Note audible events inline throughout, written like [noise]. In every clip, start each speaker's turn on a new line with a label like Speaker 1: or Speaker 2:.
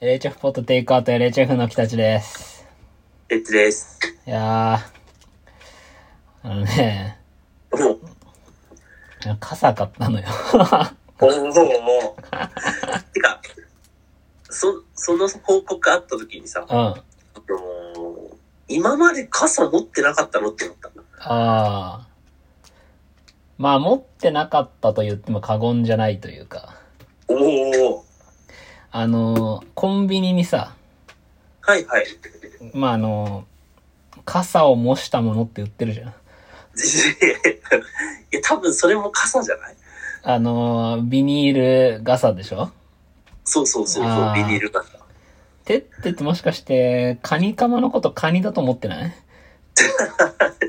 Speaker 1: LHF ポットテイクアウト LHF の北地です。
Speaker 2: エッチです。
Speaker 1: いやー、あのね、
Speaker 2: もう、
Speaker 1: 傘買ったのよ。
Speaker 2: ほんともう。 [laughs] てか、そ、その報告あった時にさ、
Speaker 1: う
Speaker 2: あ
Speaker 1: ん。あ
Speaker 2: のー今まで傘持ってなかったのって思ったんだ。
Speaker 1: あー。まあ、持ってなかったと言っても過言じゃないというか。
Speaker 2: おー。
Speaker 1: あのー、コンビニにさ、
Speaker 2: はい [laughs] はい。
Speaker 1: まあ、あのー、傘を模したものって売ってるじゃん。
Speaker 2: いや、多分それも傘じゃない
Speaker 1: あのー、ビニール傘でしょ
Speaker 2: そうそうそうそ
Speaker 1: あ
Speaker 2: う、
Speaker 1: ー
Speaker 2: ビニール傘。
Speaker 1: てってってもしかして、カニカマのことカニだと思ってない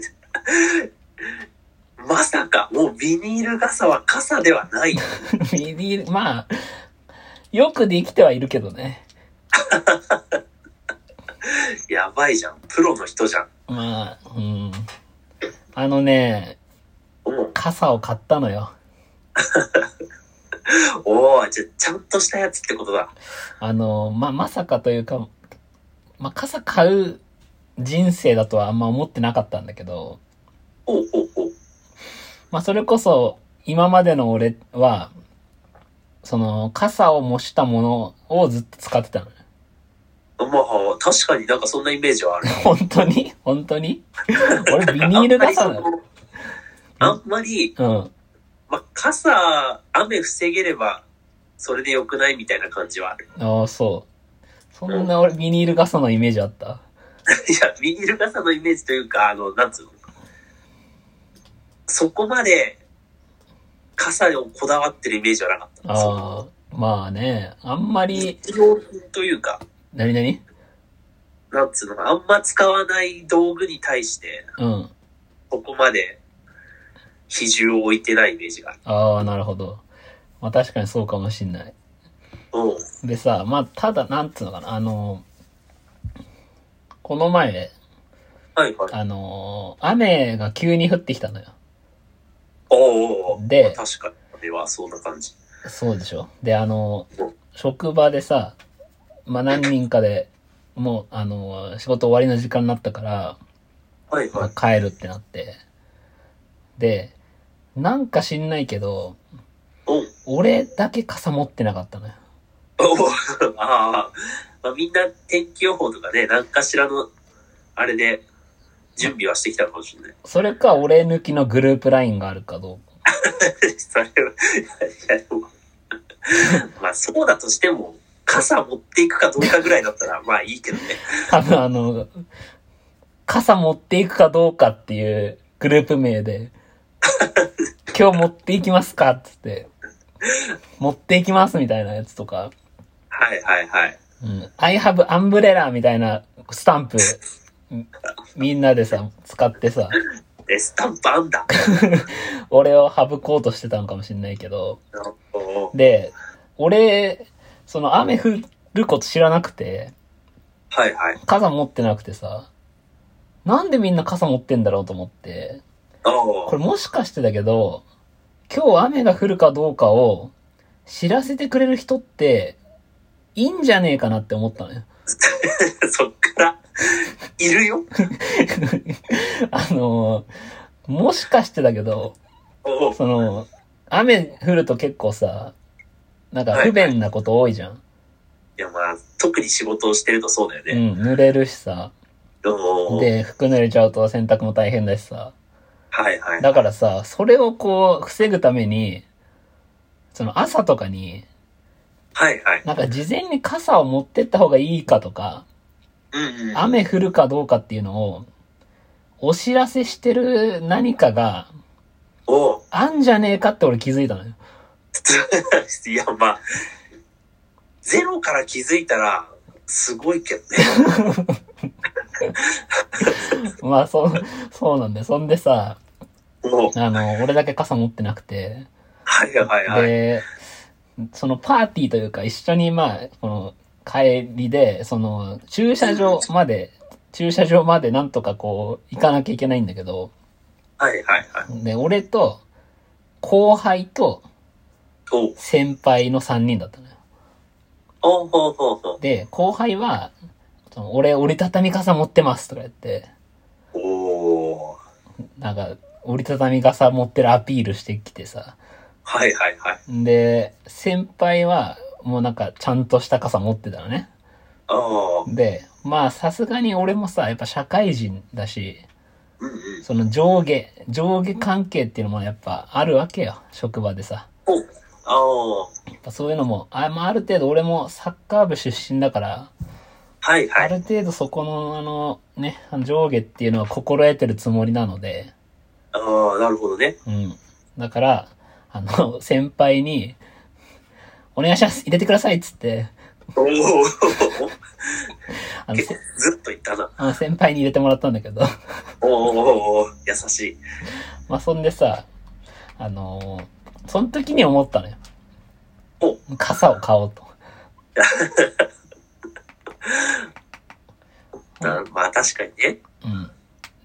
Speaker 1: [laughs]
Speaker 2: まさか、もうビニール傘は傘ではない。
Speaker 1: ビニール、まあ、よくできてはいるけどね。
Speaker 2: やばいじゃん。プロの人じゃん。
Speaker 1: まあ、うん。あのね、
Speaker 2: お
Speaker 1: 傘を買ったのよ。
Speaker 2: おー、じゃあ、ちゃんとしたやつってことだ。
Speaker 1: あの、まあ、まさかというか、まあ、傘買う人生だとはあんま思ってなかったんだけど、
Speaker 2: おうおうおう。
Speaker 1: まあ、それこそ、今までの俺は、その、傘を模したものをずっと使ってたの。
Speaker 2: まあ、確かになんかそんなイメージはある。
Speaker 1: 本当に本当に俺、ビニール傘だよ。
Speaker 2: あんまり、
Speaker 1: うん。
Speaker 2: まあ、傘、雨防げれば、それで良くないみたいな感じはある。 [laughs]
Speaker 1: ああ、そう。そんな俺、ビニール傘のイメージあった
Speaker 2: いや、ビニール傘のイメージというか、あの、なんつうの。そこまで、傘をこだわってるイメージはなかった。
Speaker 1: ああ、まあね、あんまり、
Speaker 2: 日用品というか、
Speaker 1: なになに
Speaker 2: なんつうの、あんま使わない道具に対して、
Speaker 1: うん。
Speaker 2: ここまで、比重を置いてないイメージがある。
Speaker 1: ああ、なるほど。まあ確かにそうかもしんない。
Speaker 2: うん。
Speaker 1: でさ、まあただ、なんつうのかな、あの、この前、
Speaker 2: はいはい。
Speaker 1: あの、雨が急に降ってきたのよ。
Speaker 2: おうおうおう
Speaker 1: で
Speaker 2: 確かに、これはそんな感じ。
Speaker 1: そうでしょで、あの
Speaker 2: うん、
Speaker 1: 職場でさ、まあ何人かでもう、あの、仕事終わりの時間になったから、
Speaker 2: はい
Speaker 1: ま
Speaker 2: は
Speaker 1: あ
Speaker 2: い。
Speaker 1: 帰るってなって。で、なんか知んないけど、
Speaker 2: おう
Speaker 1: 俺だけ傘持ってなかったのよ。
Speaker 2: [laughs] おうああ、まあ、みんな天気予報とかね、何かしらの、あれで、準備はしてきたかもしれない。 [laughs]
Speaker 1: それか、俺抜きのグループラインがあるかどうか。
Speaker 2: それは、いやいやでもまあそうだとしても、傘持っていくかどうかぐらいだったら、 [laughs] まあいいけどね。
Speaker 1: 多分あの、傘持っていくかどうかっていうグループ名で、今日持っていきますかっつって、持っていきますみたいなやつとか、
Speaker 2: はいはいはい。
Speaker 1: うん、I have umbrella みたいなスタンプ、うんみんなでさ、使ってさ、
Speaker 2: え、スタンプあんだ。
Speaker 1: 俺を省こうとしてたのかもしれないけど、
Speaker 2: おう
Speaker 1: で、俺、その雨降ること知らなくて、
Speaker 2: はいはい。
Speaker 1: 傘持ってなくてさ、なんでみんな傘持ってんだろうと思って、
Speaker 2: お
Speaker 1: これ
Speaker 2: う
Speaker 1: もしかしてだけど、今日雨が降るかどうかを知らせてくれる人って、いいんじゃねえかなって思ったのよ。 [laughs]
Speaker 2: そっから、いるよ。
Speaker 1: あのー、もしかしてだけど、
Speaker 2: おう
Speaker 1: その、雨降ると結構さ、なんか不便なこと多いじゃん。
Speaker 2: いやまあ、特に仕事をしてるとそうだよ
Speaker 1: う
Speaker 2: ね。
Speaker 1: ん、濡れるしさ。
Speaker 2: おう
Speaker 1: で、服濡れちゃうと洗濯も大変だしさ。
Speaker 2: はいはい。
Speaker 1: だからさ、それをこう、防ぐために、その朝とかに、
Speaker 2: はいはい。
Speaker 1: なんか事前に傘を持ってった方がいいかとか、
Speaker 2: うんうん。
Speaker 1: 雨降るかどうかっていうのを、お知らせしてる何かが、
Speaker 2: おう
Speaker 1: あんじゃねえかって俺気づいたのよ。 [laughs]
Speaker 2: い [laughs] や、まあ、ゼロから気づいたら、すごいけどね。
Speaker 1: まあ、そう、そうなんだよ。そんでさ、
Speaker 2: もう、
Speaker 1: あの、俺だけ傘持ってなくて、
Speaker 2: はいはいはい。
Speaker 1: で、そのパーティーというか一緒にまあ、この帰りで、その駐車場まで、駐車場までなんとかこう行かなきゃいけないんだけど、
Speaker 2: はいはいはい。
Speaker 1: で、俺と後輩と
Speaker 2: おう
Speaker 1: 先輩の3人だったのよ。
Speaker 2: あほうほうほうほう。
Speaker 1: で、後輩は、その俺、折りたたみ傘持ってますとか言って、
Speaker 2: おー。
Speaker 1: なんか、折りたたみ傘持ってるアピールしてきてさ。
Speaker 2: はいはいはい。
Speaker 1: で、先輩は、もうなんか、ちゃんとした傘持ってたのね。
Speaker 2: ああ。
Speaker 1: で、まあ、さすがに俺もさ、やっぱ社会人だし、
Speaker 2: うんうん。
Speaker 1: その上下、上下関係っていうのもやっぱあるわけよ、職場でさ。
Speaker 2: おあ
Speaker 1: やっぱそういうのも、あまあ、ある程度俺もサッカー部出身だから、
Speaker 2: あ。はいは
Speaker 1: あ
Speaker 2: い。
Speaker 1: る程度そこの、あの、ね、あの上下っていうのは心得てるつもりなので、
Speaker 2: ああ、なるほどね。
Speaker 1: うん。だから、あの、 [laughs] 先輩に、お願いします入れてくださいっつって、
Speaker 2: おお。
Speaker 1: あの、
Speaker 2: 結
Speaker 1: せ
Speaker 2: 構ずっといったな。
Speaker 1: あの先輩に入れてもらったんだけど、 [laughs]
Speaker 2: おーおーおー優しい。
Speaker 1: まあ、そんでさ、あのーその時に思ったのよ。
Speaker 2: お
Speaker 1: 傘を買おうと。
Speaker 2: なまあ確かにね。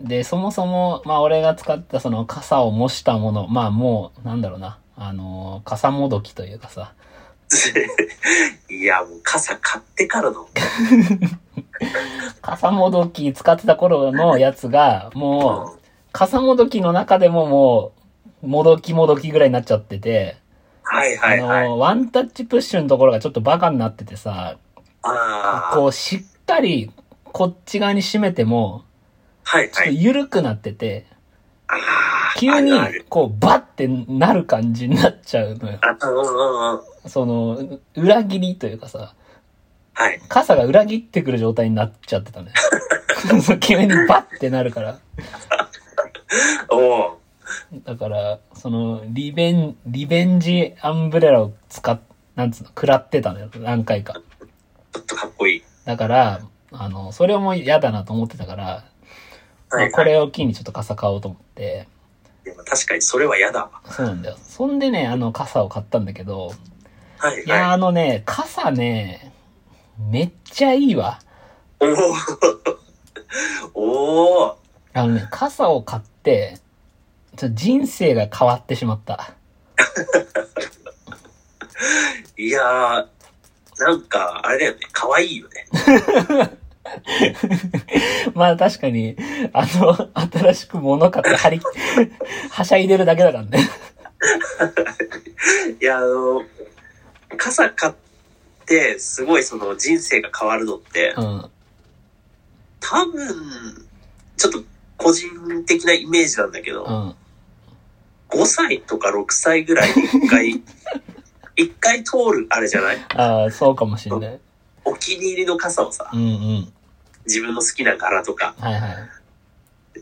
Speaker 1: うん。で、そもそも、まあ、俺が使ったその傘を模したもの、まあ、もう、なんだろうな、あのー傘もどきというかさ、
Speaker 2: いや、もう傘買ってからの。
Speaker 1: 傘もどき使ってた頃のやつが、もう、傘もどきの中でももう、もどきもどきぐらいになっちゃってて、
Speaker 2: はいはいは
Speaker 1: あ
Speaker 2: い。
Speaker 1: の、ワンタッチプッシュのところがちょっとバカになっててさ、
Speaker 2: ああ。
Speaker 1: こう、しっかり、こっち側に締めても、
Speaker 2: はい
Speaker 1: ちょっ
Speaker 2: は
Speaker 1: と
Speaker 2: い。
Speaker 1: 緩くなってて、
Speaker 2: ああ。
Speaker 1: 急に
Speaker 2: あるある、
Speaker 1: こう、バッてなる感じになっちゃうのよ。
Speaker 2: あうんうんうん。
Speaker 1: その、裏切りというかさ、
Speaker 2: はい。
Speaker 1: 傘が裏切ってくる状態になっちゃってた
Speaker 2: [laughs]
Speaker 1: ね。そう急にバッてなるから。
Speaker 2: おお。
Speaker 1: だから、その、リベン、リベンジアンブレラを使っ、なんつうの、食らってたのよ、何回か。
Speaker 2: ちょっとかっこいい。
Speaker 1: だから、あの、それも嫌だなと思ってたから、ま
Speaker 2: はい、は
Speaker 1: あ
Speaker 2: い。
Speaker 1: これを機にちょっと傘買おうと思って、
Speaker 2: でも確かにそれは嫌だわ。
Speaker 1: そうなんだよ。そんでね、あの、傘を買ったんだけど、
Speaker 2: はい
Speaker 1: いやー
Speaker 2: はい。
Speaker 1: あのね、傘ね、めっちゃいいわ。
Speaker 2: おお。おお。
Speaker 1: あのね、傘を買って、ちょっと人生が変わってしまった。
Speaker 2: いやー、なんか、あれだよね。かわいいよね。
Speaker 1: まあ確かに、あの、新しく物買って、はり、 [laughs] はしゃいでるだけだからね。
Speaker 2: いや、あの、傘買って、すごいその人生が変わるのって
Speaker 1: う、ん。
Speaker 2: 多分、ちょっと個人的なイメージなんだけ
Speaker 1: う
Speaker 2: ど、
Speaker 1: ん。
Speaker 2: 5歳とか6歳ぐらいに一回、一回通るあれじゃない
Speaker 1: ああ、そうかもしんない。
Speaker 2: お気に入りの傘をさ
Speaker 1: う、んうん。
Speaker 2: 自分の好きな柄とか
Speaker 1: はいはい。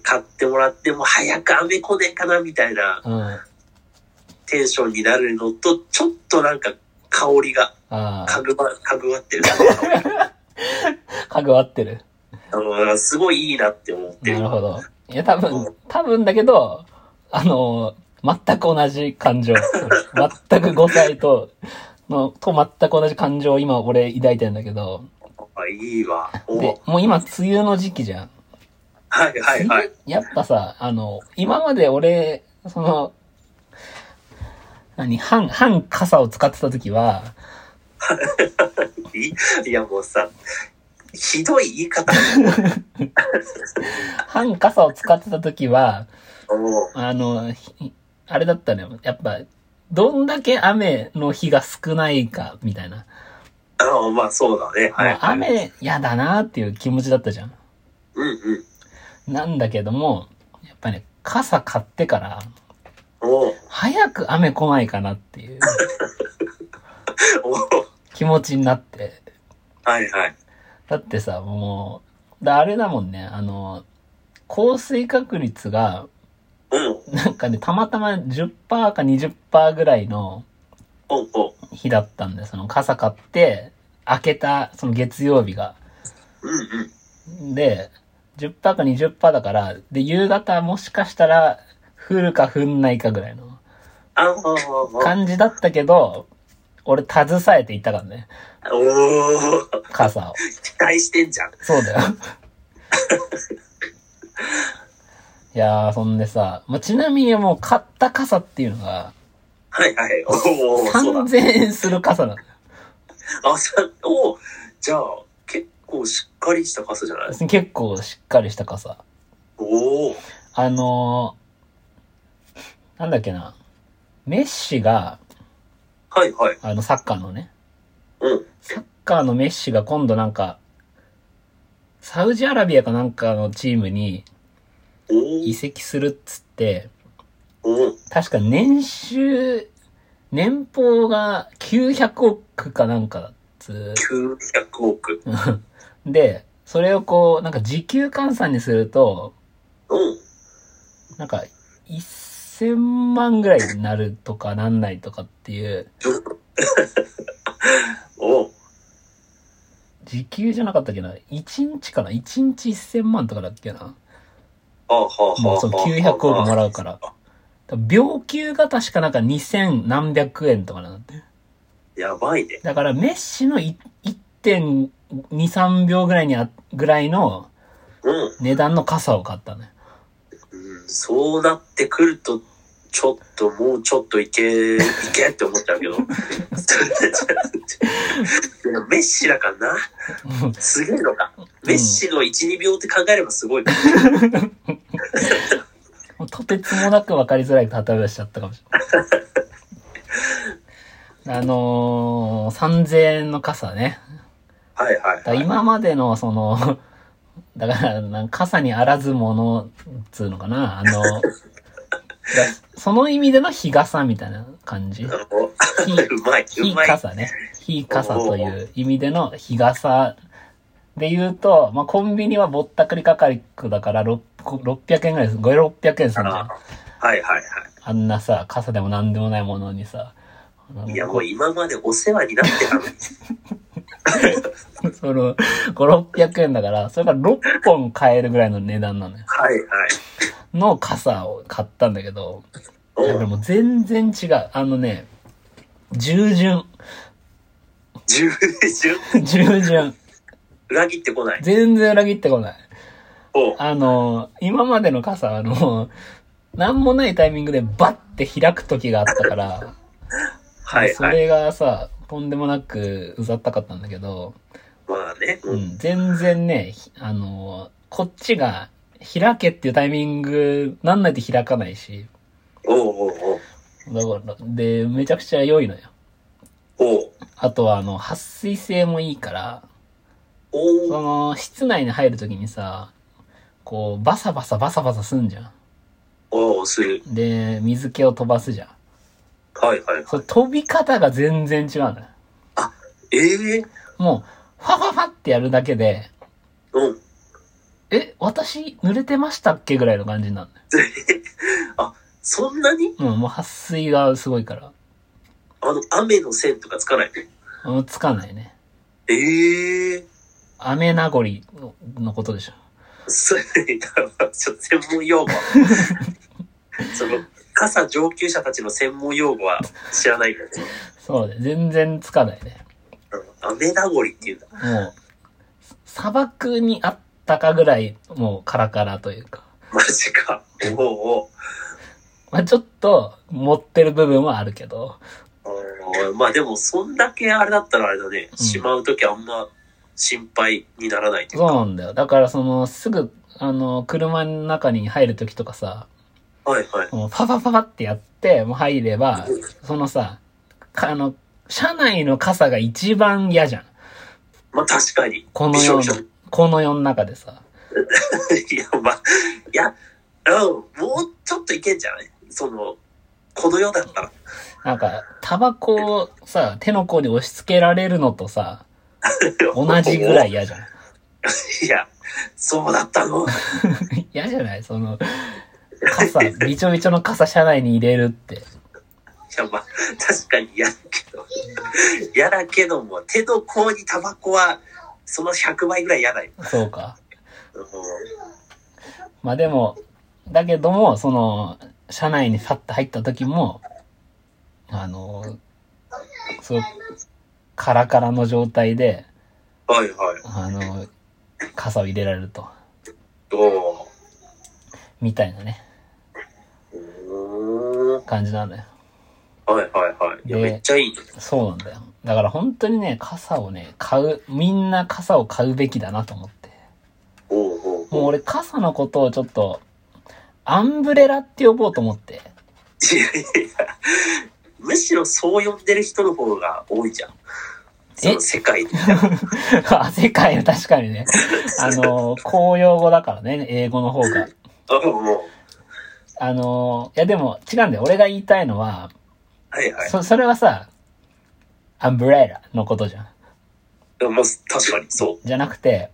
Speaker 2: 買ってもらっても早く雨来ねえかなみたいな
Speaker 1: うん。あ
Speaker 2: テンションになるのと、ちょっとなんか香りが
Speaker 1: あ
Speaker 2: かぐわ、かぐわってる。
Speaker 1: ー、かぐわってる。
Speaker 2: あの、すごいいいなって思って
Speaker 1: な
Speaker 2: る
Speaker 1: る。ほど。いや、多分、多分だけど、あの、全く同じ感
Speaker 2: [laughs]
Speaker 1: 情。全く5歳と、の、と全く同じ感情を今俺抱いてんだけど、
Speaker 2: あ、いいわ。
Speaker 1: [laughs]
Speaker 2: お
Speaker 1: で、もう今梅雨の時期じゃん。
Speaker 2: はいはい
Speaker 1: 梅
Speaker 2: はい
Speaker 1: 雨。やっぱさ、あの、今まで俺、その、何、半、半傘を使ってた時は、
Speaker 2: いいやもうさ、ひどい言い方だ [laughs] よ。
Speaker 1: 半傘を使ってた時は、
Speaker 2: もう
Speaker 1: あの、ひあれだったのよ。やっぱ、どんだけ雨の日が少ないか、みたいな。
Speaker 2: ああまあそうだね。はい。
Speaker 1: もう雨嫌だなっていう気持ちだったじゃん。
Speaker 2: うんうん。
Speaker 1: なんだけども、やっぱね、傘買ってから、
Speaker 2: おう
Speaker 1: 早く雨来ないかなって
Speaker 2: [laughs]
Speaker 1: いう
Speaker 2: おう
Speaker 1: 気持ちになって。
Speaker 2: はいはい。
Speaker 1: だってさ、もう、だあれだもんね、あの、降水確率が、
Speaker 2: うん。
Speaker 1: なんかね、たまたま10%か20%ぐらいの
Speaker 2: おうおう。
Speaker 1: 日だったんだよ。その傘買って、開けた、その月曜日が。
Speaker 2: うんうん。
Speaker 1: で、10%か20%だから、で、夕方もしかしたら、降るか降んないかぐらいの
Speaker 2: ああああ
Speaker 1: 感じだったけど、俺、携えていったからね、
Speaker 2: あおお
Speaker 1: 傘を。
Speaker 2: 期待してんじゃん。
Speaker 1: そうだよ。 [laughs] いやー、そんでさ、まあ、ちなみにもう買った傘っていうのが、
Speaker 2: [laughs] はいはい。おうおうそうだ。
Speaker 1: 3000円する傘なの。
Speaker 2: 朝、おじゃあ、結構しっかりした傘じゃない
Speaker 1: 結構しっかりした傘。
Speaker 2: おお
Speaker 1: あのーなんだっけな。メッシが、
Speaker 2: はいはい。
Speaker 1: あの、サッカーのね。
Speaker 2: うん。
Speaker 1: サッカーのメッシが今度なんか、サウジアラビアかなんかのチームに移籍するっつって、
Speaker 2: おお
Speaker 1: 確か年収、年俸が900億かなんかだっつ
Speaker 2: 900億。
Speaker 1: [laughs] で、それをこう、なんか時給換算にすると、
Speaker 2: うん。
Speaker 1: なんか1000万ぐらいになるとかなんないとかっていう、
Speaker 2: おお
Speaker 1: 時給じゃなかったっけな ?1 日かな ?1 日1000万とかだっけな
Speaker 2: はあはあはあ。
Speaker 1: もうそう900億もらうから。秒給が確かなんか2000何百円とかなんだって。
Speaker 2: やばいね。
Speaker 1: だからメッシのい1.23 3秒ぐらいにあ、ぐらいの
Speaker 2: うん。
Speaker 1: 値段の傘を買ったね。
Speaker 2: うん、そうなってくると、ちょっともうちょっといけ、いけって思っちゃうけど。 [laughs] でもメッシだからな。すげえのか。メッシの1、2秒って考えればすごい。
Speaker 1: もうとてつもなく分かりづらい例えをしちゃったかもしれ [laughs] ない。あのー、3000円の傘ね。
Speaker 2: はいはい、
Speaker 1: だから
Speaker 2: はい。
Speaker 1: 今までのその、だからなんか傘にあらずものっつうのかな。あの、
Speaker 2: [laughs]
Speaker 1: だその意味での日傘みたいな感
Speaker 2: [laughs]
Speaker 1: じ。
Speaker 2: あの
Speaker 1: 日、
Speaker 2: うまい、う
Speaker 1: 日
Speaker 2: まい。
Speaker 1: 傘ね。日傘という意味での日傘で言うと、まあ、コンビニはぼったくり価格だから6 600円ぐらいです。5、600円するじゃん。
Speaker 2: はいはい
Speaker 1: あんなさ、傘でも何でもないものにさ、あの
Speaker 2: はい。いやもう今までお世話になってた
Speaker 1: [laughs]
Speaker 2: のに。
Speaker 1: その、5、600円だから、それから6本買えるぐらいの値段なのよ。
Speaker 2: はいはい。
Speaker 1: の傘を買ったんだけど、
Speaker 2: お
Speaker 1: だから
Speaker 2: う
Speaker 1: もう全然違う。あのね、従順。 [laughs]
Speaker 2: 十十
Speaker 1: 従順。
Speaker 2: 裏切ってこない。
Speaker 1: 全然裏切ってこない。
Speaker 2: おう
Speaker 1: あの、今までの傘、あの、なんもないタイミングでバッて開く時があったから、
Speaker 2: はい
Speaker 1: そ
Speaker 2: はい。
Speaker 1: れがさ、とんでもなくうざったかったんだけど、
Speaker 2: まあね。う
Speaker 1: うんん、全然ね、ひあの、こっちが開けっていうタイミングなんないと開かないし、
Speaker 2: おうおうおう
Speaker 1: だから、で、めちゃくちゃ良いのよ。
Speaker 2: おう
Speaker 1: あとは、あの、撥水性もいいから、
Speaker 2: お
Speaker 1: そ
Speaker 2: お
Speaker 1: の、室内に入るときにさ、こう、バサバサバサバサすんじゃ
Speaker 2: おうする。
Speaker 1: ん。で、水気を飛ばすじゃん。
Speaker 2: はいはい。
Speaker 1: それ飛び方が全然違うのよ。
Speaker 2: ええ
Speaker 1: もう、ファファファってやるだけで、
Speaker 2: うん。
Speaker 1: え、私、濡れてましたっけぐらいの感じになる
Speaker 2: あ、そんなに
Speaker 1: のよ。うん、もう撥水がすごいから。
Speaker 2: あの、雨の線とかつかないね。
Speaker 1: うんつかないね。
Speaker 2: ええ
Speaker 1: 雨名残ののことでしょ。
Speaker 2: それ、ちょっと専
Speaker 1: [laughs]
Speaker 2: 門用語。その、傘上級者たちの専門用語は知らないんだね。
Speaker 1: そうで、全然つかないね。
Speaker 2: うん雨名残っていうんだ。
Speaker 1: もう、砂漠にあったかぐらい、もうカラカラというか。
Speaker 2: マジか。おう
Speaker 1: まあちょっと、持ってる部分はあるけど。
Speaker 2: おうおうまあでも、そんだけあれだったらあれだね。
Speaker 1: うん
Speaker 2: しまうときあんま心配にならないという
Speaker 1: そう
Speaker 2: か。
Speaker 1: なんだよ。だからその、すぐ、あの、車の中に入るときとかさ、
Speaker 2: はいはい。
Speaker 1: もうパパパパってやって、もう入れば、そのさ、かあの、車内の傘が一番嫌じゃん。
Speaker 2: まあ確かに。
Speaker 1: この
Speaker 2: びし
Speaker 1: 世
Speaker 2: ょ
Speaker 1: の
Speaker 2: びしょ、
Speaker 1: この世の中でさ。
Speaker 2: [laughs] いや、まあ、いや、うん、もうちょっといけんじゃないその、この世だったら。
Speaker 1: なんか、タバコをさ、手の甲に押し付けられるのとさ、同じぐらい。嫌じゃん。
Speaker 2: [laughs] いや、そうだった
Speaker 1: [laughs]
Speaker 2: の。
Speaker 1: 嫌じゃないその、傘、びちょびちょの傘車内に入れるって。
Speaker 2: いや、まあ、確かに嫌だけど。嫌だけども、手の甲にタバコは、その100倍ぐらい嫌だよ。
Speaker 1: そうか。
Speaker 2: うん
Speaker 1: まあでも、だけども、その、車内にさっと入った時も、あの、そう、カラカラの状態で、
Speaker 2: はいはい。
Speaker 1: あの、傘を入れられると。
Speaker 2: ど
Speaker 1: みたいなね、
Speaker 2: ううーん。
Speaker 1: 感じなんだよ。
Speaker 2: はいはいはい。いや、
Speaker 1: ね
Speaker 2: めっちゃいいね。
Speaker 1: そうなんだよ。だから本当にね、傘をね、買う、みんな傘を買うべきだなと思って。
Speaker 2: お
Speaker 1: も
Speaker 2: うおう
Speaker 1: う
Speaker 2: おう。
Speaker 1: 俺傘のことをちょっと、アンブレラって呼ぼうと思って。 [laughs]
Speaker 2: いやいやいやむしろそう呼んでる人の方が多いじゃん。その世界で。
Speaker 1: あ、世界の確かにね。あの、公用語だからね、英語の方が。
Speaker 2: あ、もう。
Speaker 1: あの、いやでも違うんだよ。俺が言いたいのは、
Speaker 2: はいはい。
Speaker 1: そ、それはさ、アンブレラのことじゃん。
Speaker 2: でもまあ、確かにそう。
Speaker 1: じゃなくて、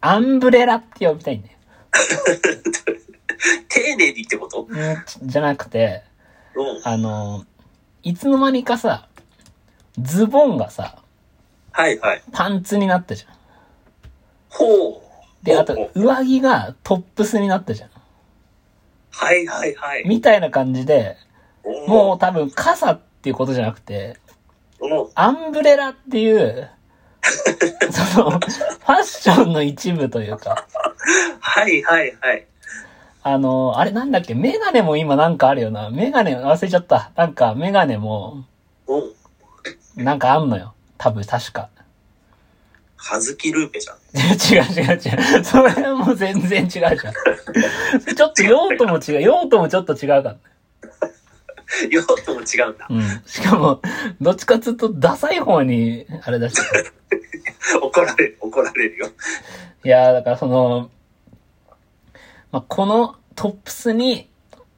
Speaker 1: アンブレラって呼びたいんだよ。
Speaker 2: 丁寧にってこと
Speaker 1: うんじゃなくて、
Speaker 2: うん。
Speaker 1: あの、いつの間にかさ、ズボンがさ、
Speaker 2: はいはい。
Speaker 1: パンツになったじゃん。
Speaker 2: ほう。
Speaker 1: で、
Speaker 2: ほう
Speaker 1: あ
Speaker 2: ほう
Speaker 1: と、上着がトップスになったじゃん。
Speaker 2: はいはいはい。
Speaker 1: みたいな感じで、
Speaker 2: おう
Speaker 1: もう多分傘っていうことじゃなくて、
Speaker 2: おう
Speaker 1: アンブレラっていう、
Speaker 2: [laughs]
Speaker 1: その、ファッションの一部というか、
Speaker 2: はいはいはい。
Speaker 1: あの、あれなんだっけ、メガネも今なんかあるよな。メガネ忘れちゃった。なんかメガネも、
Speaker 2: おう
Speaker 1: なんかあんのよ。多分確か。 [laughs]
Speaker 2: はずきルーペじゃん。
Speaker 1: 違う
Speaker 2: [laughs]
Speaker 1: 違う違う。それはもう全然違うじゃん。ちょっと用途も違う。用途もちょっと違うから。
Speaker 2: 用途も違うんだ。
Speaker 1: うん。しかも、どっちかっつうと、ダサい方に、あれだし。
Speaker 2: 怒られる、怒られるよ。
Speaker 1: いやー、だからその、まあ、このトップスに、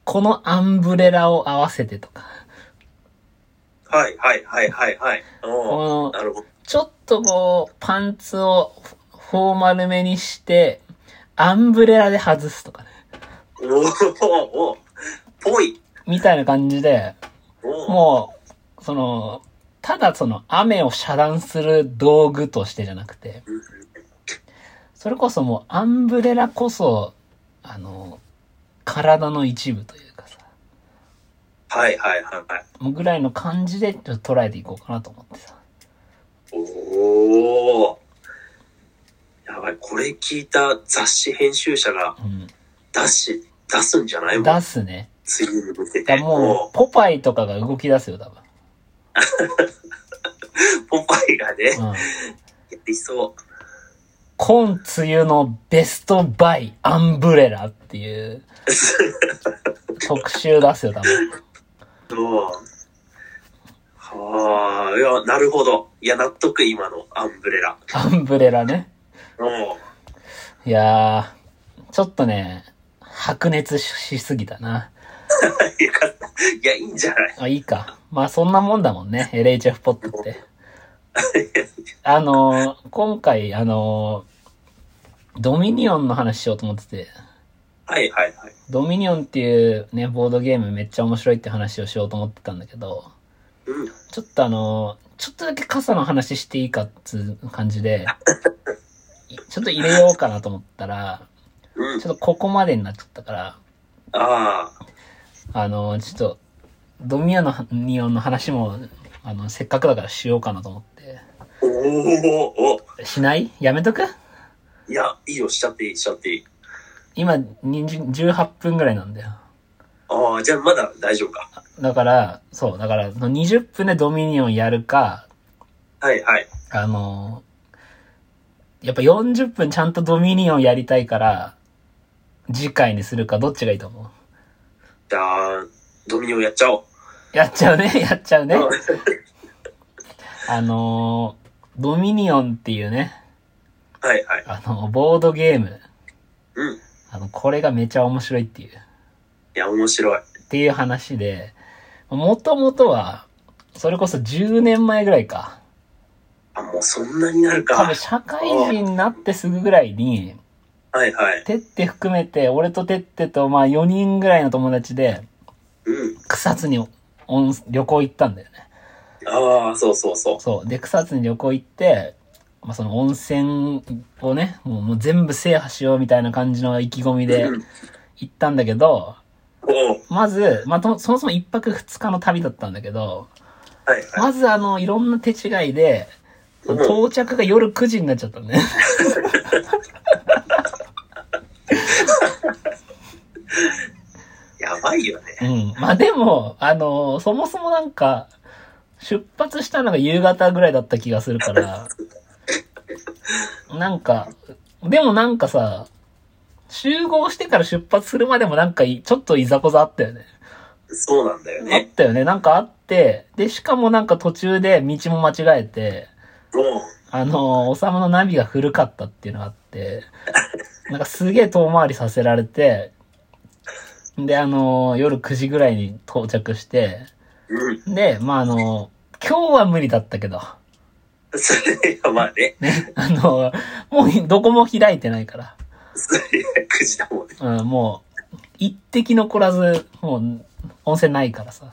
Speaker 1: このアンブレラを合わせてとか、
Speaker 2: はいはいはいはいはい。お
Speaker 1: この、
Speaker 2: うなるほど。
Speaker 1: ちょっとこう、パンツをフフォーマルめにして、アンブレラで外すとかね。
Speaker 2: おおおうぽい。
Speaker 1: みたいな感じで、
Speaker 2: おう
Speaker 1: もう、その、ただその雨を遮断する道具としてじゃなくて、それこそもうアンブレラこそ、あの、体の一部というかさ、
Speaker 2: はいはいはいはい。
Speaker 1: もうぐらいの感じでちょっと捉えていこうかなと思ってさ。
Speaker 2: おおやばい、これ聞いた雑誌編集者が
Speaker 1: う
Speaker 2: 出し、出すんじゃない
Speaker 1: ん。
Speaker 2: もう、
Speaker 1: 出すね。
Speaker 2: 次に向け
Speaker 1: だ
Speaker 2: て。
Speaker 1: からもう、ポパイとかが動き出すよ、多分。
Speaker 2: う、ポパイがね、
Speaker 1: うん。
Speaker 2: やりそう。
Speaker 1: 今梅雨のベストバイアンブレラっていう特集出すよ、多分。
Speaker 2: どうはあ、いや、なるほど。いや、納得、今のアンブレラ。
Speaker 1: アンブレラね。
Speaker 2: おお
Speaker 1: いやー、ちょっとね、白熱ししすぎたな。
Speaker 2: いやいや、いいんじゃない
Speaker 1: あ、いいか。まあそんなもんだもんね、LHF ポッドって。あのー、今回、あのー、ドミニオンの話しようと思ってて、
Speaker 2: はいはいはい。
Speaker 1: ドミニオンっていうね、ボードゲームめっちゃ面白いって話をしようと思ってたんだけど、
Speaker 2: うん。
Speaker 1: ちょっとあのー、ちょっとだけ傘の話していいかっつう感じで、いちょっと入れようかなと思ったら、
Speaker 2: うん
Speaker 1: ち。ょっとここまでになっちゃったから、
Speaker 2: ああ、
Speaker 1: あの、ちょっと、ドミアのニオンの話も、あの、せっかくだからしようかなと思っ
Speaker 2: おおお
Speaker 1: て。しないやめとく
Speaker 2: いや、いいよ、しちゃっていい、しちゃっていい。
Speaker 1: 今、20 18分ぐらいなんだよ。
Speaker 2: ああ、じゃあまだ大丈夫か。
Speaker 1: だから、そう、だから、その20分でドミニオンやるか、
Speaker 2: はいはい。
Speaker 1: あの、やっぱ40分ちゃんとドミニオンやりたいから、次回にするか、どっちがいいと思
Speaker 2: じゃあ、ドミニオンやっちゃおう。
Speaker 1: うやっちゃうね、 [laughs] やっちゃうね。
Speaker 2: うん
Speaker 1: あの、ドミニオンっていうね、
Speaker 2: はいはい。
Speaker 1: あの、ボードゲーム。
Speaker 2: うん。い
Speaker 1: あの、これがめちゃ面白いっていう、
Speaker 2: や、面白い。
Speaker 1: っていう話で、もともとは、それこそ10年前ぐらいか。
Speaker 2: あ、もうそんなになる
Speaker 1: 多
Speaker 2: か
Speaker 1: 分。社会人になってすぐぐらいに、
Speaker 2: はいはい。
Speaker 1: てって含めて、俺とてってと、まあ4人ぐらいの友達で、
Speaker 2: うん。
Speaker 1: 草津に温泉旅行行ったんだよね。
Speaker 2: ああ、そうそうそう。
Speaker 1: そう。で、草津に旅行行って、まあその温泉をね、もうもう全部制覇しようみたいな感じの意気込みで
Speaker 2: うん
Speaker 1: 行ったんだけど、
Speaker 2: おう
Speaker 1: まず、まあとそもそも一泊二日の旅だったんだけど、
Speaker 2: はいはい。
Speaker 1: まずあの、いろんな手違いで、
Speaker 2: うん
Speaker 1: 到着が夜9時になっちゃったね。
Speaker 2: やばいよね。
Speaker 1: うん。まあでも、あのーそもそもなんか、出発したのが夕方ぐらいだった気がするから、なんか、でもなんかさ、集合してから出発するまでもなんかい、ちょっといざこざあったよね。
Speaker 2: そうなんだよ
Speaker 1: あっ
Speaker 2: ね。
Speaker 1: たよね。なんかあって、で、しかもなんか途中で道も間違えて、
Speaker 2: も
Speaker 1: あのー、おさむのナビが古かったっていうのがあって、なんかすげえ遠回りさせられて、で、あのー、夜9時ぐらいに到着して、
Speaker 2: う、うん。
Speaker 1: で、まあ、あのー、今日は無理だったけど、 [laughs] あ
Speaker 2: それがまあね、
Speaker 1: のー、もうどこも開いてないから、
Speaker 2: それが9時だもんね。
Speaker 1: うん、もう、一滴残らず、もう、温泉ないからさ。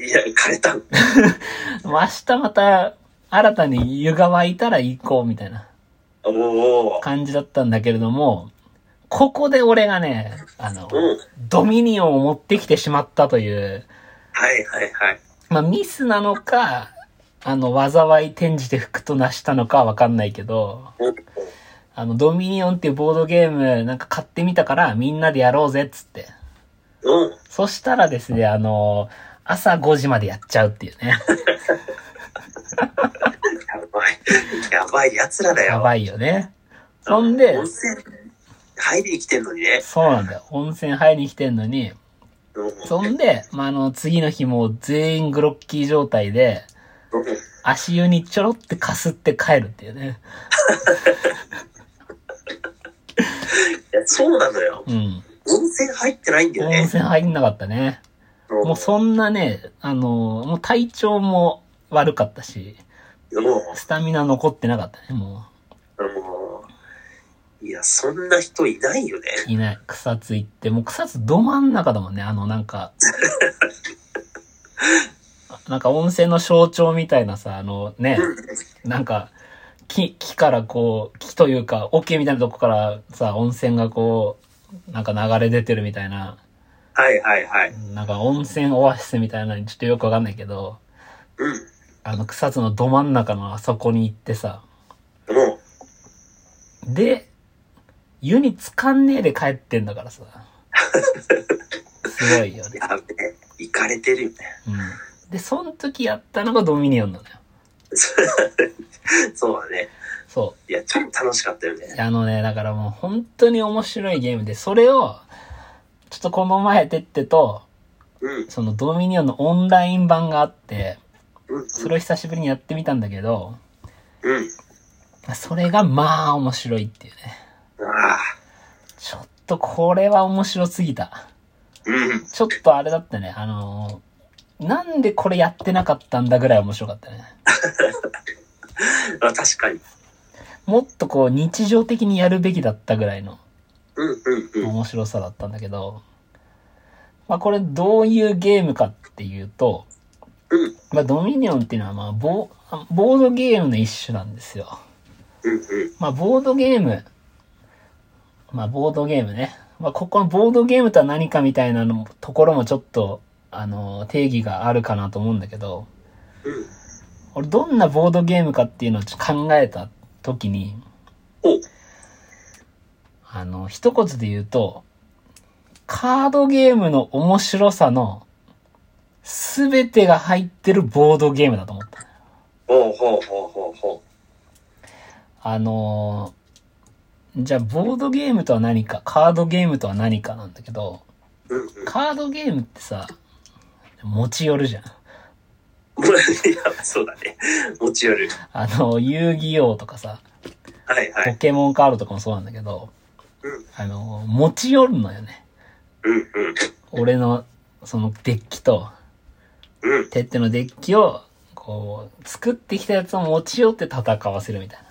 Speaker 2: いや、枯れた。
Speaker 1: もう明日また、新たに湯が湧いたら行こうみたいな
Speaker 2: おおー。
Speaker 1: 感じだったんだけれども、ここで俺がね、あの、
Speaker 2: うん。
Speaker 1: ドミニオンを持ってきてしまったという、
Speaker 2: はいはいはい。
Speaker 1: まあ、ミスなのか、あの、災い転じて服となしたのかはわかんないけど、
Speaker 2: おー
Speaker 1: あの、ドミニオンっていうボードゲームなんか買ってみたからみんなでやろうぜっつって。
Speaker 2: うん。
Speaker 1: そしたらですね、あの、朝5時までやっちゃうっていうね。
Speaker 2: やばい。やばい奴ら
Speaker 1: [laughs]
Speaker 2: だ
Speaker 1: や
Speaker 2: よ。
Speaker 1: ばいよね。そんで
Speaker 2: 温、泉入りに来てんのにね。
Speaker 1: そうなんだよ。温泉入りに来てんのに。
Speaker 2: うん。
Speaker 1: そんで、まあ、あの、次の日もう全員グロッキー状態で、
Speaker 2: うん
Speaker 1: 足湯にちょろってかすって帰るっていうね。
Speaker 2: いやそうなのよ。
Speaker 1: うん。
Speaker 2: 温泉入ってないんだよ
Speaker 1: 温
Speaker 2: ね。
Speaker 1: 泉入んなかったね。
Speaker 2: も
Speaker 1: もうそんなね、あの、もう体調も悪かったし、
Speaker 2: うん。も
Speaker 1: スタミナ残ってなかったね、も
Speaker 2: う、いや、そんな人いないよね。
Speaker 1: う。いない。草津行って、もう草津ど真ん中だもんね、あの、なんか。 [laughs] なんか温泉の象徴みたいなさ、あのね、なんか、木、木からこう、木というか、桶みたいなとこからさ、温泉がこう、なんか流れ出てるみたいな、
Speaker 2: はいはいはい。
Speaker 1: なんか温泉オアシスみたいなのにちょっとよくわかんないけど、
Speaker 2: うん。
Speaker 1: あの草津のど真ん中のあそこに行ってさ、
Speaker 2: も
Speaker 1: で、湯につかんねえで帰ってんだからさ。すごいよ
Speaker 2: う、
Speaker 1: ね。
Speaker 2: やべえ。行かれてるよね。
Speaker 1: うん。で、その時やったのがドミニオンなのよ。
Speaker 2: そうだね。 [laughs]
Speaker 1: そ
Speaker 2: いや、ちょっと楽しかったよね
Speaker 1: う。。あのね、だからもう本当に面白いゲームで、それを、ちょっとこの前てってと、
Speaker 2: うん。
Speaker 1: そのドミニオンのオンライン版があって、
Speaker 2: うん。
Speaker 1: それを久しぶりにやってみたんだけど、
Speaker 2: うん。
Speaker 1: それがまあ面白いっていうね。
Speaker 2: ああ。
Speaker 1: ちょっとこれは面白すぎた。
Speaker 2: うん。
Speaker 1: ちょっとあれだったね、あのーなんでこれやってなかったんだぐらい面白かったね。
Speaker 2: あ確かに。
Speaker 1: もっとこう日常的にやるべきだったぐらいの
Speaker 2: うんうんうん。
Speaker 1: 面白さだったんだけど、まあこれどういうゲームかっていうと、
Speaker 2: うん。
Speaker 1: まあドミニオンっていうのはまあボーボードゲームの一種なんですよ。
Speaker 2: うんうん。
Speaker 1: まあボードゲーム、まあボードゲームね。まあここのボードゲームとは何かみたいなのもところもちょっと、あのー定義があるかなと思うんだけど、
Speaker 2: うん。
Speaker 1: 俺どんなボードゲームかっていうのをちょっと考えた時に、
Speaker 2: お
Speaker 1: あの、一言で言うと、カードゲームの面白さの全てが入ってるボードゲームだと思った。
Speaker 2: ほうほうほうほうほ
Speaker 1: あのーじゃあボードゲームとは何か、カードゲームとは何かなんだけど、
Speaker 2: う。うん [laughs] うん。
Speaker 1: カードゲームってさ、持ち寄るじゃん。
Speaker 2: いや、そうだね。持ち寄る。
Speaker 1: あの、遊戯王とかさ、
Speaker 2: はいは
Speaker 1: ポ
Speaker 2: い。
Speaker 1: ケモンカードとかもそうなんだけど、
Speaker 2: うん
Speaker 1: あの、持ち寄るのよね。
Speaker 2: うんうん。
Speaker 1: 俺の、そのデッキと、
Speaker 2: うん。
Speaker 1: てってのデッキを、こう、作ってきたやつを持ち寄って戦わせるみたいな。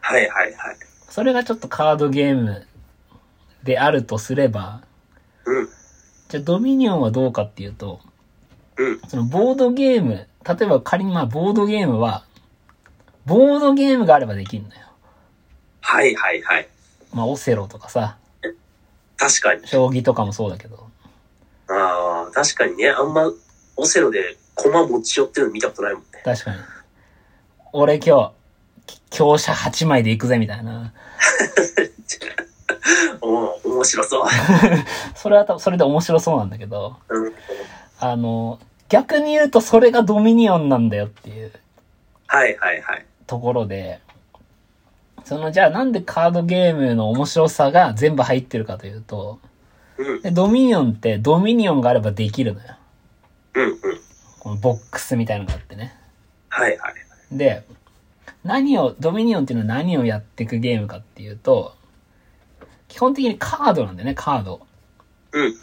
Speaker 2: はいはいはい。
Speaker 1: それがちょっとカードゲームであるとすれば、
Speaker 2: うん。
Speaker 1: じゃあドミニオンはどうかっていうと、
Speaker 2: うん。
Speaker 1: そのボードゲーム、例えば仮にまあボードゲームは、ボードゲームがあればできるのよ。
Speaker 2: はいはいはい。
Speaker 1: まあオセロとかさ、
Speaker 2: 確かに。
Speaker 1: 将棋とかもそうだけど。
Speaker 2: ああ、確かにね。あんま、オセロで駒持ち寄ってるの見たことないもんね。
Speaker 1: 確かに。俺今日、き強者8枚で行くぜみたいな。
Speaker 2: おお、面白そう。
Speaker 1: それは多分それで面白そうなんだけど、
Speaker 2: うん。
Speaker 1: あの、逆に言うとそれがドミニオンなんだよっていう
Speaker 2: はいはいはい。
Speaker 1: ところで、そのじゃあなんでカードゲームの面白さが全部入ってるかというと、
Speaker 2: うん、
Speaker 1: でドミニオンってドミニオンがあればできるのよ。
Speaker 2: うん、うん。
Speaker 1: このボックスみたいなのがあってね。
Speaker 2: はいはい。
Speaker 1: で、何を、ドミニオンっていうのは何をやっていくゲームかっていうと、基本的にカードなんだよね、カード。
Speaker 2: うん、うん。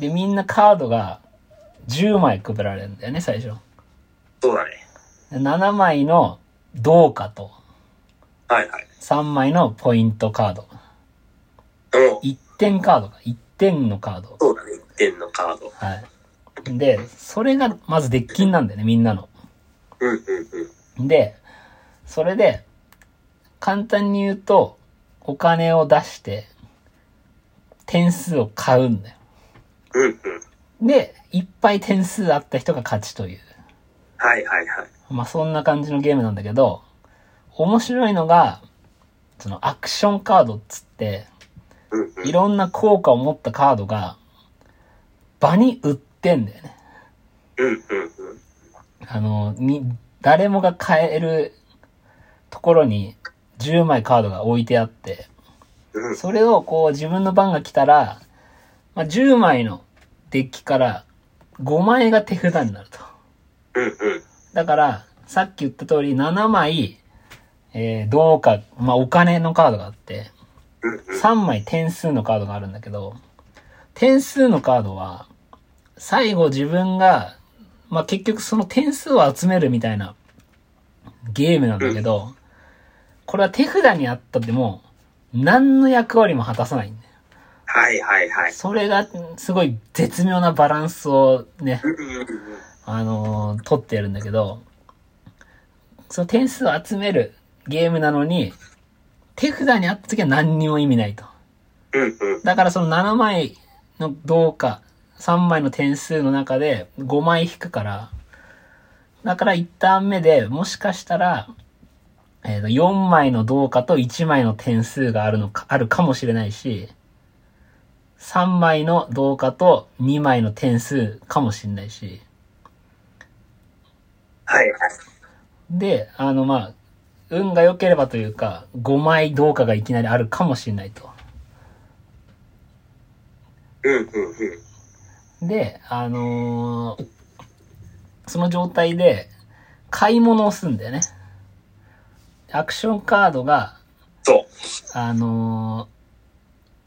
Speaker 1: で、みんなカードが10枚配られるんだよね、最初。
Speaker 2: そうだね。
Speaker 1: で7枚の銅貨と
Speaker 2: はいはい。
Speaker 1: 3枚のポイントカード。
Speaker 2: うん。
Speaker 1: 1点カードか。1点のカード。
Speaker 2: そうだね。1点のカード。
Speaker 1: はい。で、それがまずデッキになんだよね、みんなの。
Speaker 2: うん、うん、うん。
Speaker 1: で、それで、簡単に言うと、お金を出して、点数を買うんだよ。
Speaker 2: うん、うん。
Speaker 1: で、いっぱい点数あった人が勝ちという。
Speaker 2: はいはいはい。
Speaker 1: まあそんな感じのゲームなんだけど、面白いのが、そのアクションカードっつって、
Speaker 2: うん、うん。
Speaker 1: いろんな効果を持ったカードが、場に売ってんだよね。
Speaker 2: うん、うん、うん。
Speaker 1: あの、に、誰もが買えるところに10枚カードが置いてあって、
Speaker 2: うん、
Speaker 1: それをこう自分の番が来たら、まあ、10枚のデッキから5枚が手札になると。
Speaker 2: うん、うん。
Speaker 1: だから、さっき言った通り7枚、えー、どうか、まあ、お金のカードがあって、
Speaker 2: うん、うん。
Speaker 1: 3枚点数のカードがあるんだけど、点数のカードは、最後自分が、まあ、結局その点数を集めるみたいなゲームなんだけど、これは手札にあったっても、何の役割も果たさないんだよ。
Speaker 2: はいはいはい。
Speaker 1: それが、すごい絶妙なバランスをね、
Speaker 2: うん、うん、うん。
Speaker 1: あのー取ってるんだけど、その点数を集めるゲームなのに、手札にあった時は何にも意味ないと。
Speaker 2: うん、うん。
Speaker 1: だからその7枚のどうか、3枚の点数の中で5枚引くから、だから1ターン目でもしかしたら、えーと4枚のどうかと1枚の点数があるのか、あるかもしれないし、3枚のどうかと2枚の点数かもしれないし、
Speaker 2: はいはい。
Speaker 1: で、あの、まあ、運が良ければというか、5枚どうかがいきなりあるかもしれないと。
Speaker 2: うん、うん、うん。
Speaker 1: で、あのーその状態で、買い物をするんだよね。アクションカードが、
Speaker 2: そう。
Speaker 1: あのー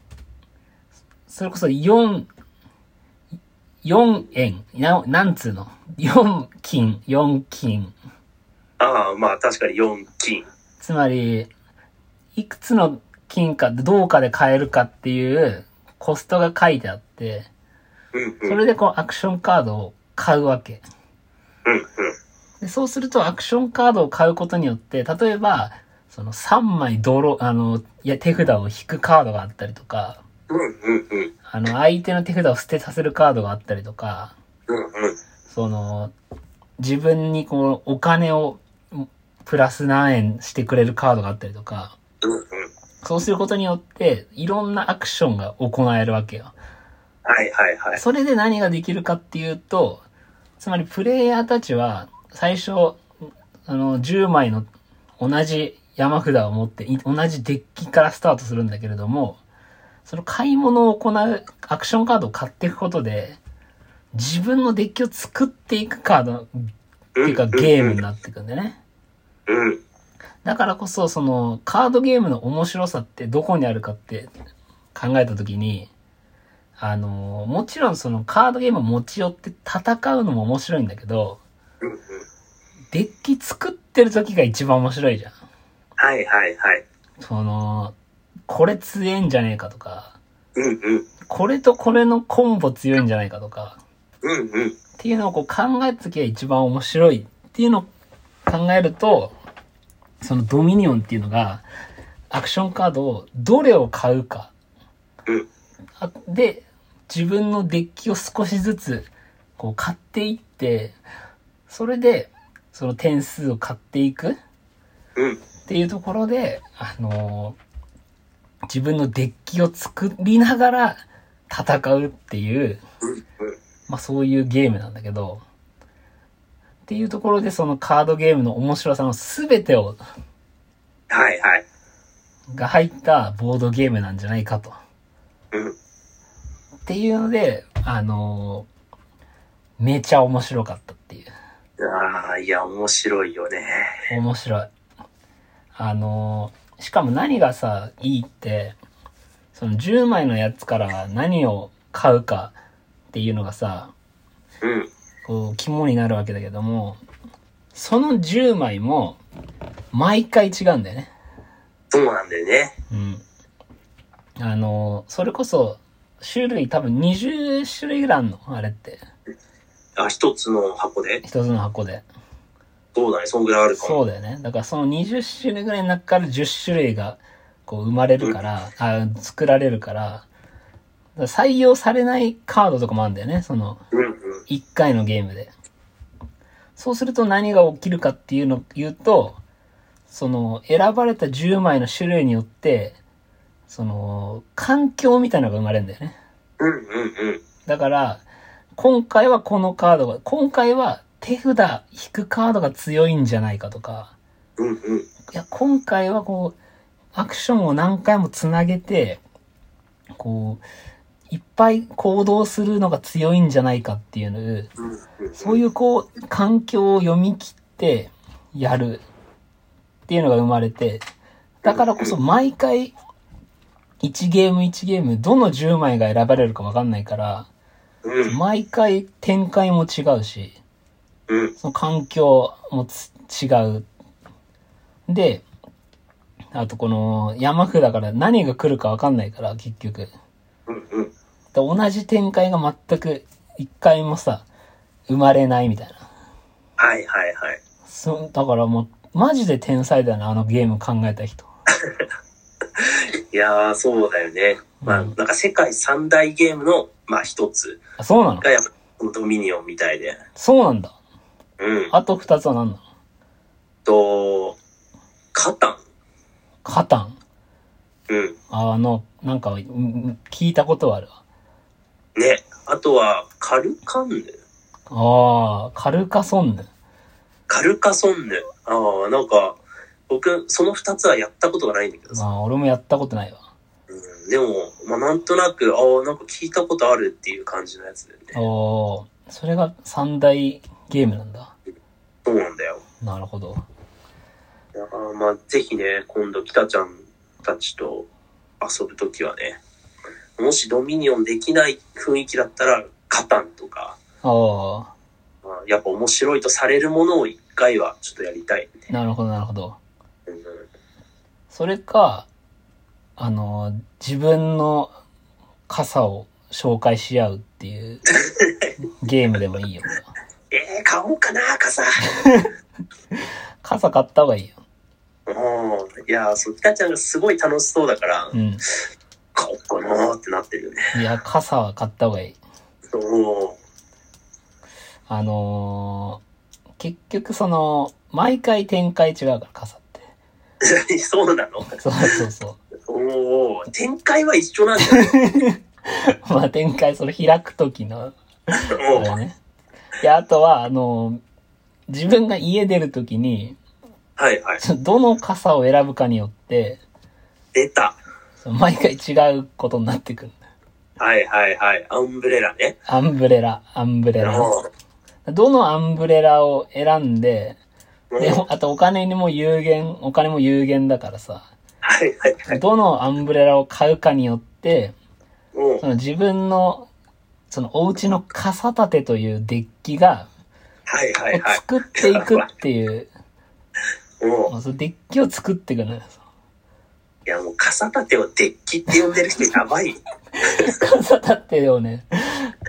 Speaker 1: それこそ4、4円、ななんつうの ?4 金、4金。
Speaker 2: ああ、まあ確かに4金。
Speaker 1: つまり、いくつの金か、どうかで買えるかっていうコストが書いてあって、
Speaker 2: うん、うん、
Speaker 1: それでこうアクションカードを買うわけ。
Speaker 2: うん、うん。
Speaker 1: でそうするとアクションカードを買うことによって、例えば、その3枚泥、あの、いや手札を引くカードがあったりとか、
Speaker 2: うん、うん、うん。
Speaker 1: あの、相手の手札を捨てさせるカードがあったりとか、
Speaker 2: うん、うん。
Speaker 1: その、自分にこう、お金をプラス何円してくれるカードがあったりとか、
Speaker 2: うん、うん。
Speaker 1: そうすることによって、いろんなアクションが行えるわけよ。
Speaker 2: はいはいはい。
Speaker 1: それで何ができるかっていうと、つまりプレイヤーたちは、最初、あの、10枚の同じ山札を持って、い同じデッキからスタートするんだけれども、その買い物を行うアクションカードを買っていくことで、自分のデッキを作っていくカード、っていうかゲームになっていくんだよね。
Speaker 2: うん、うん。
Speaker 1: だからこそ、その、カードゲームの面白さってどこにあるかって考えたときに、あの、もちろんそのカードゲームを持ち寄って戦うのも面白いんだけど、
Speaker 2: うん、うん。
Speaker 1: デッキ作ってる時が一番面白いじゃん。
Speaker 2: はいはいはい。
Speaker 1: その、これ強えんじゃねえかとか、
Speaker 2: うん、うん。
Speaker 1: これとこれのコンボ強いんじゃないかとか、
Speaker 2: うん、うん。
Speaker 1: っていうのをこう考えた時が一番面白いっていうのを考えると、そのドミニオンっていうのが、アクションカードをどれを買うか。
Speaker 2: うん
Speaker 1: あで、自分のデッキを少しずつこう買っていって、それでその点数を買っていくっ
Speaker 2: うん、
Speaker 1: ていうところで、あのー自分のデッキを作りながら戦うっていう、
Speaker 2: うん、うん。
Speaker 1: まあそういうゲームなんだけど、っていうところでそのカードゲームの面白さの全てを、
Speaker 2: はいはい。
Speaker 1: が入ったボードゲームなんじゃないかと。
Speaker 2: うん。
Speaker 1: っていうので、あのーめちゃ面白かったっていう。
Speaker 2: ああ、いや、面白いよね。
Speaker 1: 面白い。あのーしかも何がさ、いいって、その10枚のやつから何を買うかっていうのがさ、
Speaker 2: うん。
Speaker 1: こう、肝になるわけだけども、その10枚も、毎回違うんだよね。
Speaker 2: そうなんだよね。
Speaker 1: うん。あのーそれこそ、種類多分20種類ぐらいあんのあれって。
Speaker 2: あ、一つの箱で
Speaker 1: 一つの箱で。
Speaker 2: そうだね、そんぐらいあるかも。
Speaker 1: そうだよね。だからその20種類ぐらいの中から10種類がこう生まれるから、あ作られるから、だから採用されないカードとかもあるんだよね。その
Speaker 2: うんうん。
Speaker 1: 1回のゲームで。そうすると何が起きるかっていうの、言うと、その選ばれた10枚の種類によって、その環境みたいなのが生まれるんだよね。
Speaker 2: うんうんうん。
Speaker 1: だから、今回はこのカードが、今回は手札引くカードが強いんじゃないかとか、
Speaker 2: うんうん。
Speaker 1: いや、今回はこう、アクションを何回もつなげて、こう、いっぱい行動するのが強いんじゃないかっていうの、
Speaker 2: うんうん。
Speaker 1: そういうこう、環境を読み切ってやるっていうのが生まれて、だからこそ毎回、1ゲーム1ゲーム、どの10枚が選ばれるかわかんないから、
Speaker 2: うん
Speaker 1: 毎回展開も違うし、
Speaker 2: うん。
Speaker 1: その環境もつ違う。で、あとこの山札から何が来るか分かんないから、結局。で
Speaker 2: うんうん。
Speaker 1: 同じ展開が全く一回もさ、生まれないみたいな。
Speaker 2: はいはいはい。
Speaker 1: そう、だからもう、マジで天才だよな、あのゲーム考えた人。
Speaker 2: いやー、そうだよね。まあ、
Speaker 1: うん
Speaker 2: なんか世界三大ゲームの、まあ一つ
Speaker 1: あ、そうなの
Speaker 2: がやっぱドミニオンみたいで。
Speaker 1: そうなんだ。
Speaker 2: うん。あ
Speaker 1: あと二つは何なの
Speaker 2: と、カタン。
Speaker 1: カタン。
Speaker 2: うん。
Speaker 1: あの、なんか、うんうん聞いたことはあるわ。
Speaker 2: ね。あとは、カルカンヌ。
Speaker 1: ああ、カルカソンヌ。
Speaker 2: カルカソンヌ。ああ、なんか、僕、その二つはやったことがないんだけど
Speaker 1: ま
Speaker 2: さ。
Speaker 1: あ、俺もやったことないわ。
Speaker 2: うん、でも、まあなんとなく、ああ、なんか聞いたことあるっていう感じのやつだよね。
Speaker 1: おー、それが三大ゲームなんだ。
Speaker 2: そうなんだよ。
Speaker 1: なるほど。
Speaker 2: だからまあ、ぜひね、今度、北ちゃんたちと遊ぶときはね、もしドミニオンできない雰囲気だったら、カタンとか、
Speaker 1: おー、
Speaker 2: まあやっぱ面白いとされるものを一回はちょっとやりたいね。
Speaker 1: なるほど、なるほど。
Speaker 2: うんうん
Speaker 1: それか、あの、自分の傘を紹介し合うって [laughs] いうゲームでもいいよ。
Speaker 2: えー、買おうかな、傘。あ
Speaker 1: 傘買った方がいいよ。
Speaker 2: いやー、そう、北ちゃんがすごい楽しそうだから、
Speaker 1: うん。
Speaker 2: 買おうかなーってなってるよね。
Speaker 1: いや、傘は買った方がいい。
Speaker 2: そう。 [laughs]
Speaker 1: あのー結局その、毎回展開違うから、傘って。
Speaker 2: そうなの
Speaker 1: そうそう [laughs] そ
Speaker 2: おー展開は一緒なんだよ。
Speaker 1: う。まあ展開、その開く時の [laughs]
Speaker 2: もう
Speaker 1: そうね。で、あとは、あの、自分が家出るときに、
Speaker 2: はいはい。
Speaker 1: そのどの傘を選ぶかによって、
Speaker 2: 出た。
Speaker 1: その毎回違うことになってくるんだよ。
Speaker 2: はいはいはい。アンブレラね。
Speaker 1: アンブレラ、アンブレラ。
Speaker 2: う
Speaker 1: どのアンブレラを選んで、
Speaker 2: ん
Speaker 1: で、あとお金にも有限、お金も有限だからさ、
Speaker 2: はいはいはい。
Speaker 1: どのアンブレラを買うかによって、
Speaker 2: うん
Speaker 1: その自分の、そのお家の傘立てというデッキが、
Speaker 2: はいはいはい。
Speaker 1: 作っていくって
Speaker 2: [laughs]
Speaker 1: いう、
Speaker 2: うん
Speaker 1: もうそのデッキを作っていくのよ。
Speaker 2: いやもう傘立てをデッキって呼んでる人やばい。
Speaker 1: 傘立ってよね。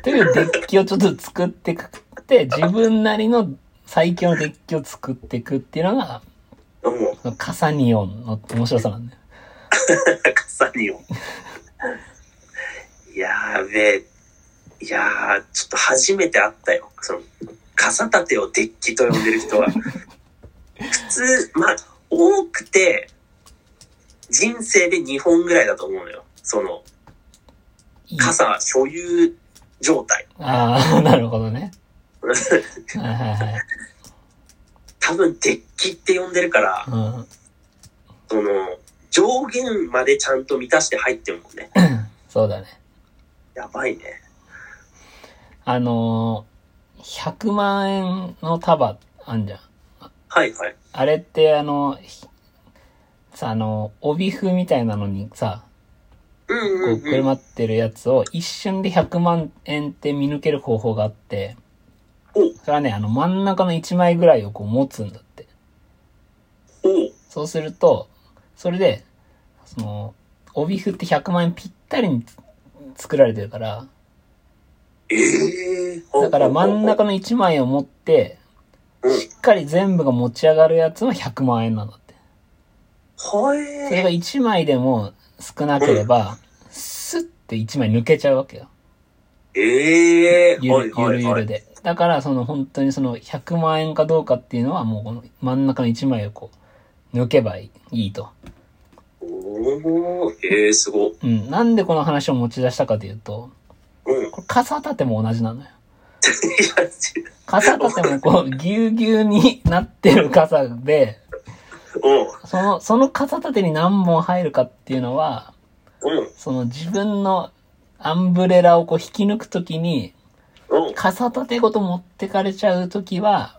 Speaker 1: というデッキをちょっと作ってくって、自分なりの最強のデッキを作っていくっていうのが、
Speaker 2: [laughs] うん。
Speaker 1: その傘ニオンの面白さなんだよ。
Speaker 2: 傘にも。 [laughs] やーべえ。いやー、ちょっと初めて会ったよ。その、傘立てをデッキと呼んでる人は。 [laughs] 普通、まあ、多くて、人生で2本ぐらいだと思うのよ。その、
Speaker 1: いい
Speaker 2: 傘所有状態。 [laughs]
Speaker 1: ああ、 [laughs] なるほどね。はいはいはい。
Speaker 2: 多分デッキって呼んでるから、
Speaker 1: うん。
Speaker 2: その、上限までちゃんと満たして入ってるもんね。
Speaker 1: そうだね。
Speaker 2: やばいね。
Speaker 1: あのー、100万円の束あんじゃん。
Speaker 2: はいはい。
Speaker 1: あれってあの、ひさ、あの、帯風みたいなのにさ、
Speaker 2: うん
Speaker 1: こ
Speaker 2: う
Speaker 1: うんく
Speaker 2: う
Speaker 1: る
Speaker 2: ん。
Speaker 1: まってるやつを一瞬で100万円って見抜ける方法があって、
Speaker 2: お
Speaker 1: それはね、あの真ん中の1枚ぐらいをこう持つんだって。
Speaker 2: お
Speaker 1: そうすると、それで、その、帯風って100万円ぴったりにつ作られてるから、
Speaker 2: ええ
Speaker 1: だから真ん中の1枚を持って、
Speaker 2: うん
Speaker 1: しっかり全部が持ち上がるやつは100万円なんだって。
Speaker 2: は
Speaker 1: それが
Speaker 2: え
Speaker 1: 1枚でも少なければ、スッて1枚抜けちゃうわけよ。
Speaker 2: ー、ええー、
Speaker 1: ゆ
Speaker 2: は
Speaker 1: る
Speaker 2: い
Speaker 1: ゆ
Speaker 2: はい
Speaker 1: るゆ
Speaker 2: は
Speaker 1: る
Speaker 2: い。
Speaker 1: で。だから、その本当にその100万円かどうかっていうのはもうこの真ん中の1枚をこう、抜けばいいと。
Speaker 2: おおええー、すご。
Speaker 1: うん。なんでこの話を持ち出したかというと、
Speaker 2: うん。いや
Speaker 1: これ傘立ても同じなのよ。、
Speaker 2: ち
Speaker 1: 傘立てもこう、ぎゅうぎゅうになってる傘で、
Speaker 2: うん。
Speaker 1: その、その傘立てに何本入るかっていうのは、
Speaker 2: うん。
Speaker 1: その自分のアンブレラをこう引き抜くときに、
Speaker 2: うん。
Speaker 1: 傘立てごと持ってかれちゃうときは、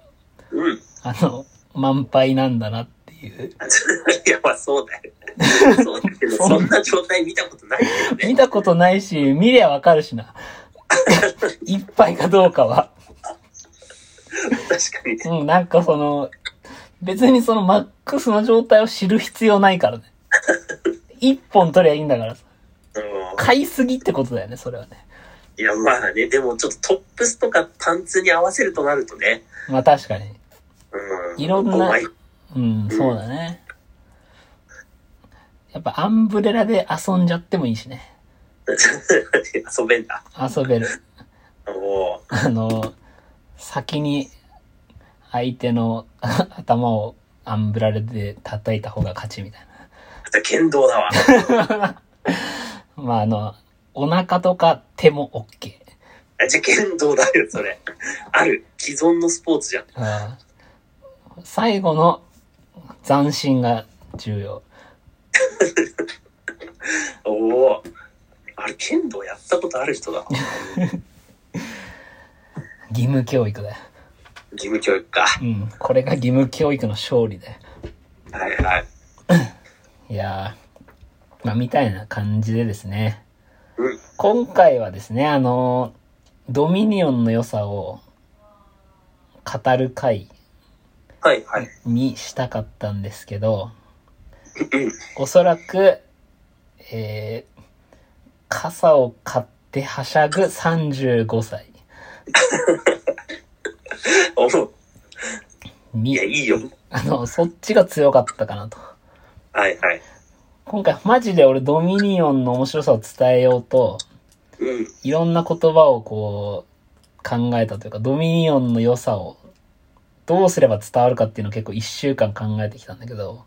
Speaker 2: うん。 [laughs]
Speaker 1: あの、満杯なんだなっていう。
Speaker 2: いや、まあそうだ
Speaker 1: [laughs]
Speaker 2: よ。そうだけど、そんな状態見たことないよ
Speaker 1: [laughs] 見
Speaker 2: ね。
Speaker 1: たことないし、見りゃわかるしな。いっぱいかどうかは。
Speaker 2: 確かにね。
Speaker 1: うん、なんかその、別にそのマックスの状態を知る必要ないからね。一本取りゃいいんだからさ。
Speaker 2: うん
Speaker 1: 買いすぎってことだよね、それはね。
Speaker 2: いや、まあね、でもちょっとトップスとかパンツに合わせるとなるとね。
Speaker 1: まあ確かに。
Speaker 2: うん。
Speaker 1: いろんな
Speaker 2: 怖い
Speaker 1: うん、そうだね。やっぱアンブレラで遊んじゃってもいいしね。
Speaker 2: 遊べんだ。
Speaker 1: 遊べる。
Speaker 2: おー
Speaker 1: あの、先に相手の頭をアンブラレで叩いた方が勝ちみたい
Speaker 2: 剣道だわ。
Speaker 1: な。まああの、お腹とか手も OK。
Speaker 2: あじゃあ剣道だよ、それ。ある。既存のスポーツじゃん。
Speaker 1: あー最後の斬新が重要。
Speaker 2: おお。あれ、剣道やったことある人だ。
Speaker 1: 義務教育だよ。
Speaker 2: 義務教育か。
Speaker 1: うん。これが義務教育の勝利だよ。
Speaker 2: はいはい。
Speaker 1: いやー、まあみたいな感じでですね。
Speaker 2: うん。
Speaker 1: 今回はですね、あのードミニオンの良さを語る回
Speaker 2: はいはい。
Speaker 1: にしたかったんですけど、
Speaker 2: うん。
Speaker 1: おそらく、えー、傘を買ってはしゃぐ35歳
Speaker 2: おお。い
Speaker 1: に
Speaker 2: や、い、いよ。
Speaker 1: あの、そっちが強かったかなと。
Speaker 2: はいはい。
Speaker 1: 今回マジで俺ドミニオンの面白さを伝えようと、
Speaker 2: うん。
Speaker 1: いろんな言葉をこう、考えたというか、ドミニオンの良さを、どうすれば伝わるかっていうのを結構一週間考えてきたんだけど、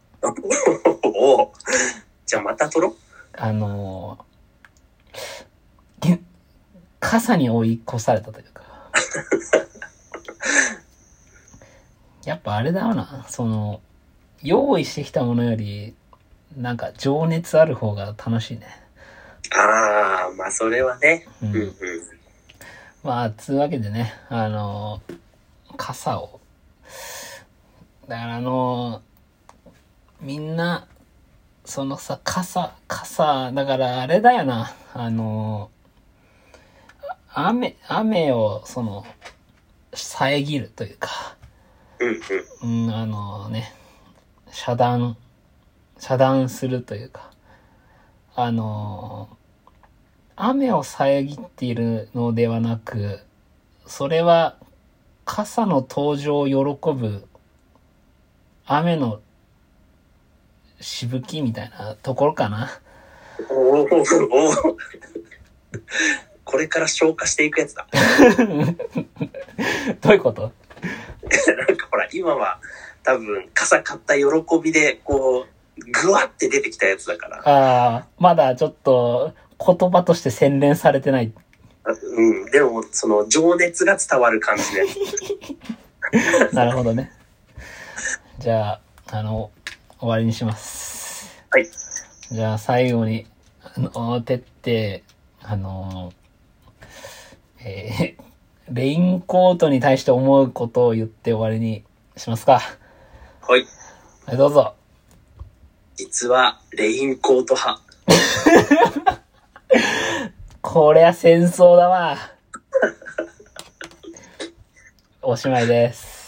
Speaker 2: おお。じゃあまた取ろう。
Speaker 1: あのー、げ傘に追い越されたという
Speaker 2: [laughs]
Speaker 1: か。やっぱあれだよな、その、用意してきたものより、なんか情熱ある方が楽しいね。
Speaker 2: ああ、まあそれはね。
Speaker 1: う。
Speaker 2: うんんうん。
Speaker 1: まあ、つうわけでね、あのー傘を。だからあのーみんな、そのさ、傘、傘、だからあれだよな、あのーあ雨、雨を、その、遮るというか、
Speaker 2: うんうん。
Speaker 1: うん、あのね、遮断、遮断するというか、あの雨を遮っているのではなく、それは傘の登場を喜ぶ雨のしぶきみたいなところかな。 [laughs]
Speaker 2: おおおお。これから消化していくやつだ。
Speaker 1: どういうこと
Speaker 2: なんかほら、今は多分、傘買った喜びで、こう、ぐわって出てきたやつだから。
Speaker 1: ああ、まだちょっと言葉として洗練されてない。
Speaker 2: あうん、でも、その、情熱が伝わる感 [laughs] じね。
Speaker 1: なるほどね。じゃあ、あの、終わりにします。
Speaker 2: はい。
Speaker 1: じゃあ、最後に、あの、てって、あの、えー [laughs] レインコートに対して思うことを言って終わりにしますか。
Speaker 2: はい。
Speaker 1: はいどうぞ。
Speaker 2: 実は、レインコート派。
Speaker 1: こりゃ戦争だわ。おしまいです。